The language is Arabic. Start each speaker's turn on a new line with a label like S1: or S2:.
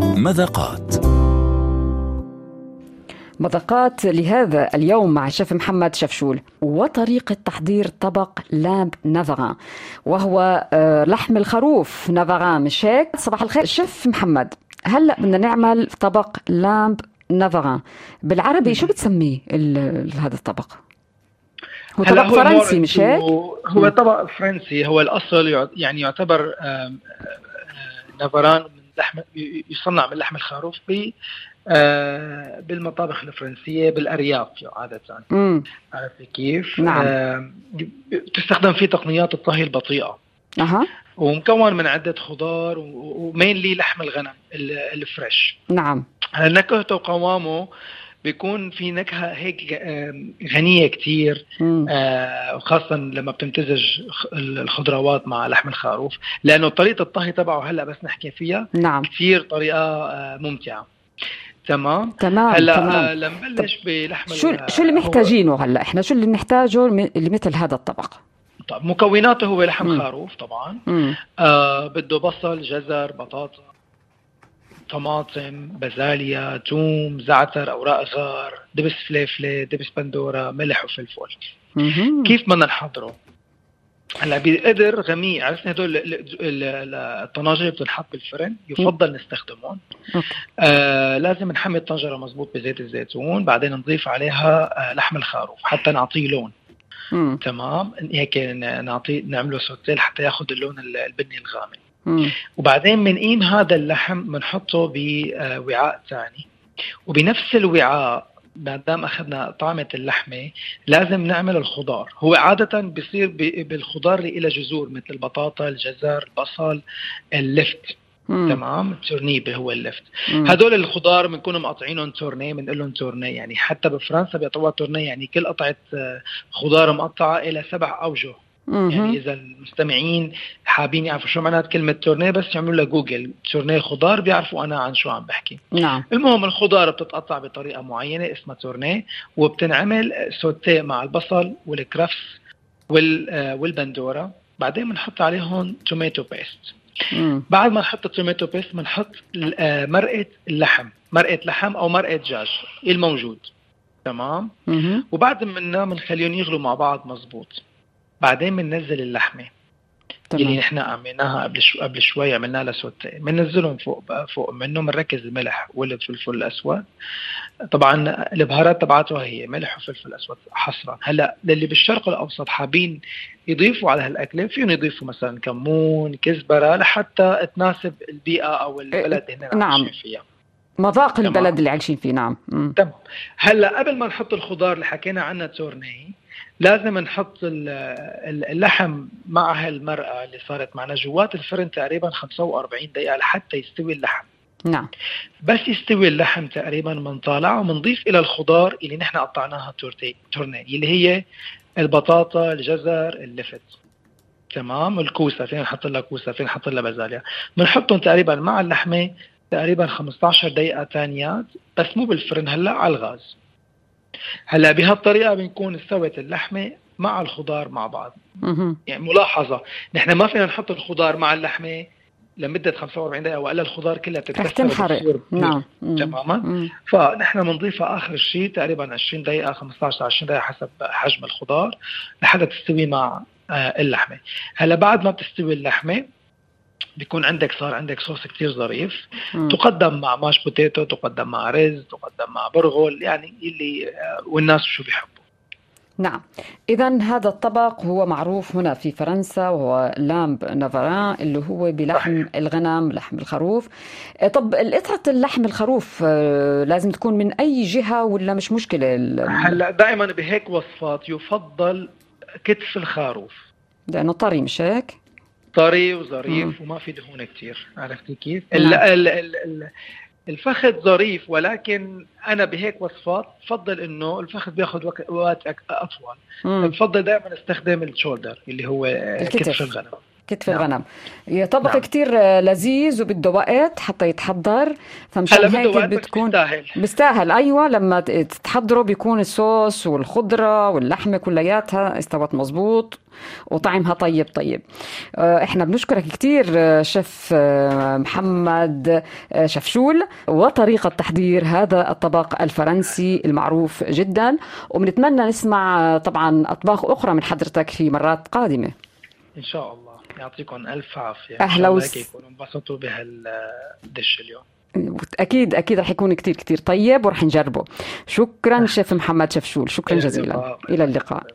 S1: مذاقات
S2: مذاقات لهذا اليوم مع الشيف محمد شفشول وطريقة تحضير طبق لامب نافغان وهو آه، لحم الخروف نافغان مش هيك؟ صباح الخير شيف محمد هلا بدنا نعمل طبق لامب نافغان بالعربي شو بتسميه ال- ال- هذا الطبق؟ هو
S3: هلا
S2: طبق
S3: هو
S2: فرنسي
S3: المورد
S2: مش هيك؟
S3: هو-
S2: مم.
S3: هو طبق فرنسي هو الاصل يع- يعني يعتبر آم، آه، نافران من لحم ي- يصنع من لحم الخروف ب آه، بالمطابخ الفرنسيه بالارياف عاده
S2: امم
S3: عرفت كيف؟
S2: نعم.
S3: آم، تستخدم فيه تقنيات الطهي البطيئه
S2: اها
S3: ومكون من عده خضار و- و- ومينلي لحم الغنم ال- الفريش
S2: نعم
S3: هلا نكهته وقوامه بيكون في نكهه هيك آم، غنيه كتير
S2: مم.
S3: آه، وخاصة لما بتمتزج خ- الخضروات مع لحم الخروف لأنه طريقة الطهي تبعه هلأ بس نحكي فيها
S2: نعم
S3: كثير طريقة آه، ممتعة تمام
S2: تمام تمام
S3: هلا آه، لنبلش بلحم
S2: شو
S3: ال-
S2: شو اللي
S3: هو-
S2: محتاجينه هلا احنا شو اللي بنحتاجه لم- لمثل هذا الطبق
S3: طب مكوناته هو لحم
S2: مم.
S3: خروف طبعا
S2: امم
S3: آه، بده بصل جزر بطاطا طماطم بازاليا توم زعتر اوراق غار دبس فليفله دبس بندوره ملح وفلفل كيف بدنا نحضره؟ هلا بقدر غميق عرفنا هدول ال- ال- ال- الطناجر اللي بتنحط بالفرن يفضل نستخدمهم
S2: أوكي.
S3: آه لازم نحمي الطنجره مزبوط بزيت الزيتون بعدين نضيف عليها آه لحم الخروف حتى نعطيه لون
S2: امم
S3: تمام هيك ن- نعطيه نعمله سوتيه حتى ياخذ اللون ال- البني الغامق وبعدين بنقيم هذا اللحم بنحطه بوعاء ثاني وبنفس الوعاء ما دام اخذنا طعمه اللحمه لازم نعمل الخضار هو عاده بيصير ب- بالخضار اللي لها جذور مثل البطاطا الجزر البصل اللفت تمام التورنيبه هو اللفت هدول الخضار بنكون مقطعينهم تورنيه بنقول لهم تورنيه يعني حتى بفرنسا بيعطوها تورنيه يعني كل قطعه آه، خضار مقطعه إلى سبع اوجه يعني اذا المستمعين حابين يعرفوا شو معنات كلمه تورنيه بس يعملوا لها جوجل تورنيه خضار بيعرفوا انا عن شو عم بحكي
S2: نعم
S3: المهم الخضار بتتقطع بطريقه معينه اسمها تورنيه وبتنعمل سوتيه مع البصل والكرفس وال آه، والبندوره بعدين بنحط عليهم توميتو بيست
S2: مم.
S3: بعد ما نحط التوميتو بيست بنحط ال- آه، مرقه اللحم مرقه لحم او مرقه دجاج الموجود تمام
S2: مم.
S3: وبعد منا بنخليهم يغلوا مع بعض مزبوط بعدين بننزل اللحمه اللي
S2: تمام
S3: نحن عملناها قبل شو قبل شوي عملنا لها سوتيه بننزلهم فوق بقى فوق منه بنركز الملح والفلفل الاسود طبعا البهارات تبعتها هي ملح وفلفل اسود حصرا هلا للي بالشرق الاوسط حابين يضيفوا على هالاكله فيهم يضيفوا مثلا كمون كزبره لحتى تناسب البيئه او البلد اللي هن
S2: نعم.
S3: عايشين فيها
S2: مذاق
S3: تمام.
S2: البلد اللي عايشين فيه نعم مم.
S3: تمام هلا قبل ما نحط الخضار اللي حكينا عنها تورني لازم نحط ال- ال- اللحم مع هالمرقه اللي صارت معنا جوات الفرن تقريبا 45 دقيقه لحتى يستوي اللحم
S2: نعم
S3: بس يستوي اللحم تقريبا بنطالعه وبنضيف الى الخضار اللي نحن قطعناها تورتي تورني اللي هي البطاطا الجزر اللفت تمام الكوسه فين نحط لها كوسه فين نحط لها بازاليا بنحطهم تقريبا مع اللحمه تقريبا 15 دقيقه ثانيات بس مو بالفرن هلا على الغاز هلا بهالطريقه بنكون استوت اللحمه مع الخضار مع بعض
S2: مم.
S3: يعني ملاحظه نحن ما فينا نحط الخضار مع اللحمه لمده 45 دقيقه والا الخضار كلها
S2: رح
S3: بتتكسر
S2: تنحرق
S3: وبتصير بيض.
S2: نعم مم.
S3: تماما
S2: مم.
S3: فنحن بنضيفها اخر شيء تقريبا 20 دقيقه 15 20 دقيقه حسب حجم الخضار لحتى تستوي مع آه، اللحمه هلا بعد ما بتستوي اللحمه بيكون عندك صار عندك صوص كتير ظريف
S2: مم.
S3: تقدم مع ماش بوتيتو تقدم مع رز تقدم مع برغل يعني اللي آه، والناس شو بيحبوا
S2: نعم إذا هذا الطبق هو معروف هنا في فرنسا وهو لامب نافران اللي هو بلحم الغنم لحم الخروف آه، طب قطعة اللحم الخروف آه، لازم تكون من أي جهة ولا مش مشكلة ال-
S3: هلا دائما بهيك وصفات يفضل كتف الخروف
S2: لأنه طري مش هيك؟
S3: طري
S2: مم.
S3: وظريف وما في دهون كتير عرفتي كيف؟
S2: نعم.
S3: ال ال ال ال الفخذ ظريف ولكن انا بهيك وصفات بفضل انه الفخذ بياخذ وقت, وقت أك- اطول
S2: مم.
S3: طيب. بفضل دائما استخدم الشولدر اللي هو آه،
S2: الكتف.
S3: كتف الغنم
S2: كتف نعم. الغنم طبق نعم. كتير لذيذ وبده وقت حتى يتحضر فمشان هيك بتكون
S3: بيستاهل
S2: بيستاهل ايوه لما تتحضره بيكون الصوص والخضره واللحمه كلياتها استوت مزبوط وطعمها طيب طيب احنا بنشكرك كثير شيف آه، محمد آه، شفشول وطريقه تحضير هذا الطبق الفرنسي المعروف جدا وبنتمنى نسمع آه، طبعا اطباق اخرى من حضرتك في مرات قادمه
S3: ان شاء الله يعطيكم الف عافيه
S2: اهلا
S3: وسهلا يكونوا انبسطوا بهالدش اليوم
S2: اكيد اكيد رح يكون كتير كتير طيب ورح نجربه شكرا شيف محمد شفشول شكرا
S3: إلى
S2: جزيلا
S3: اللقاء.
S2: الى اللقاء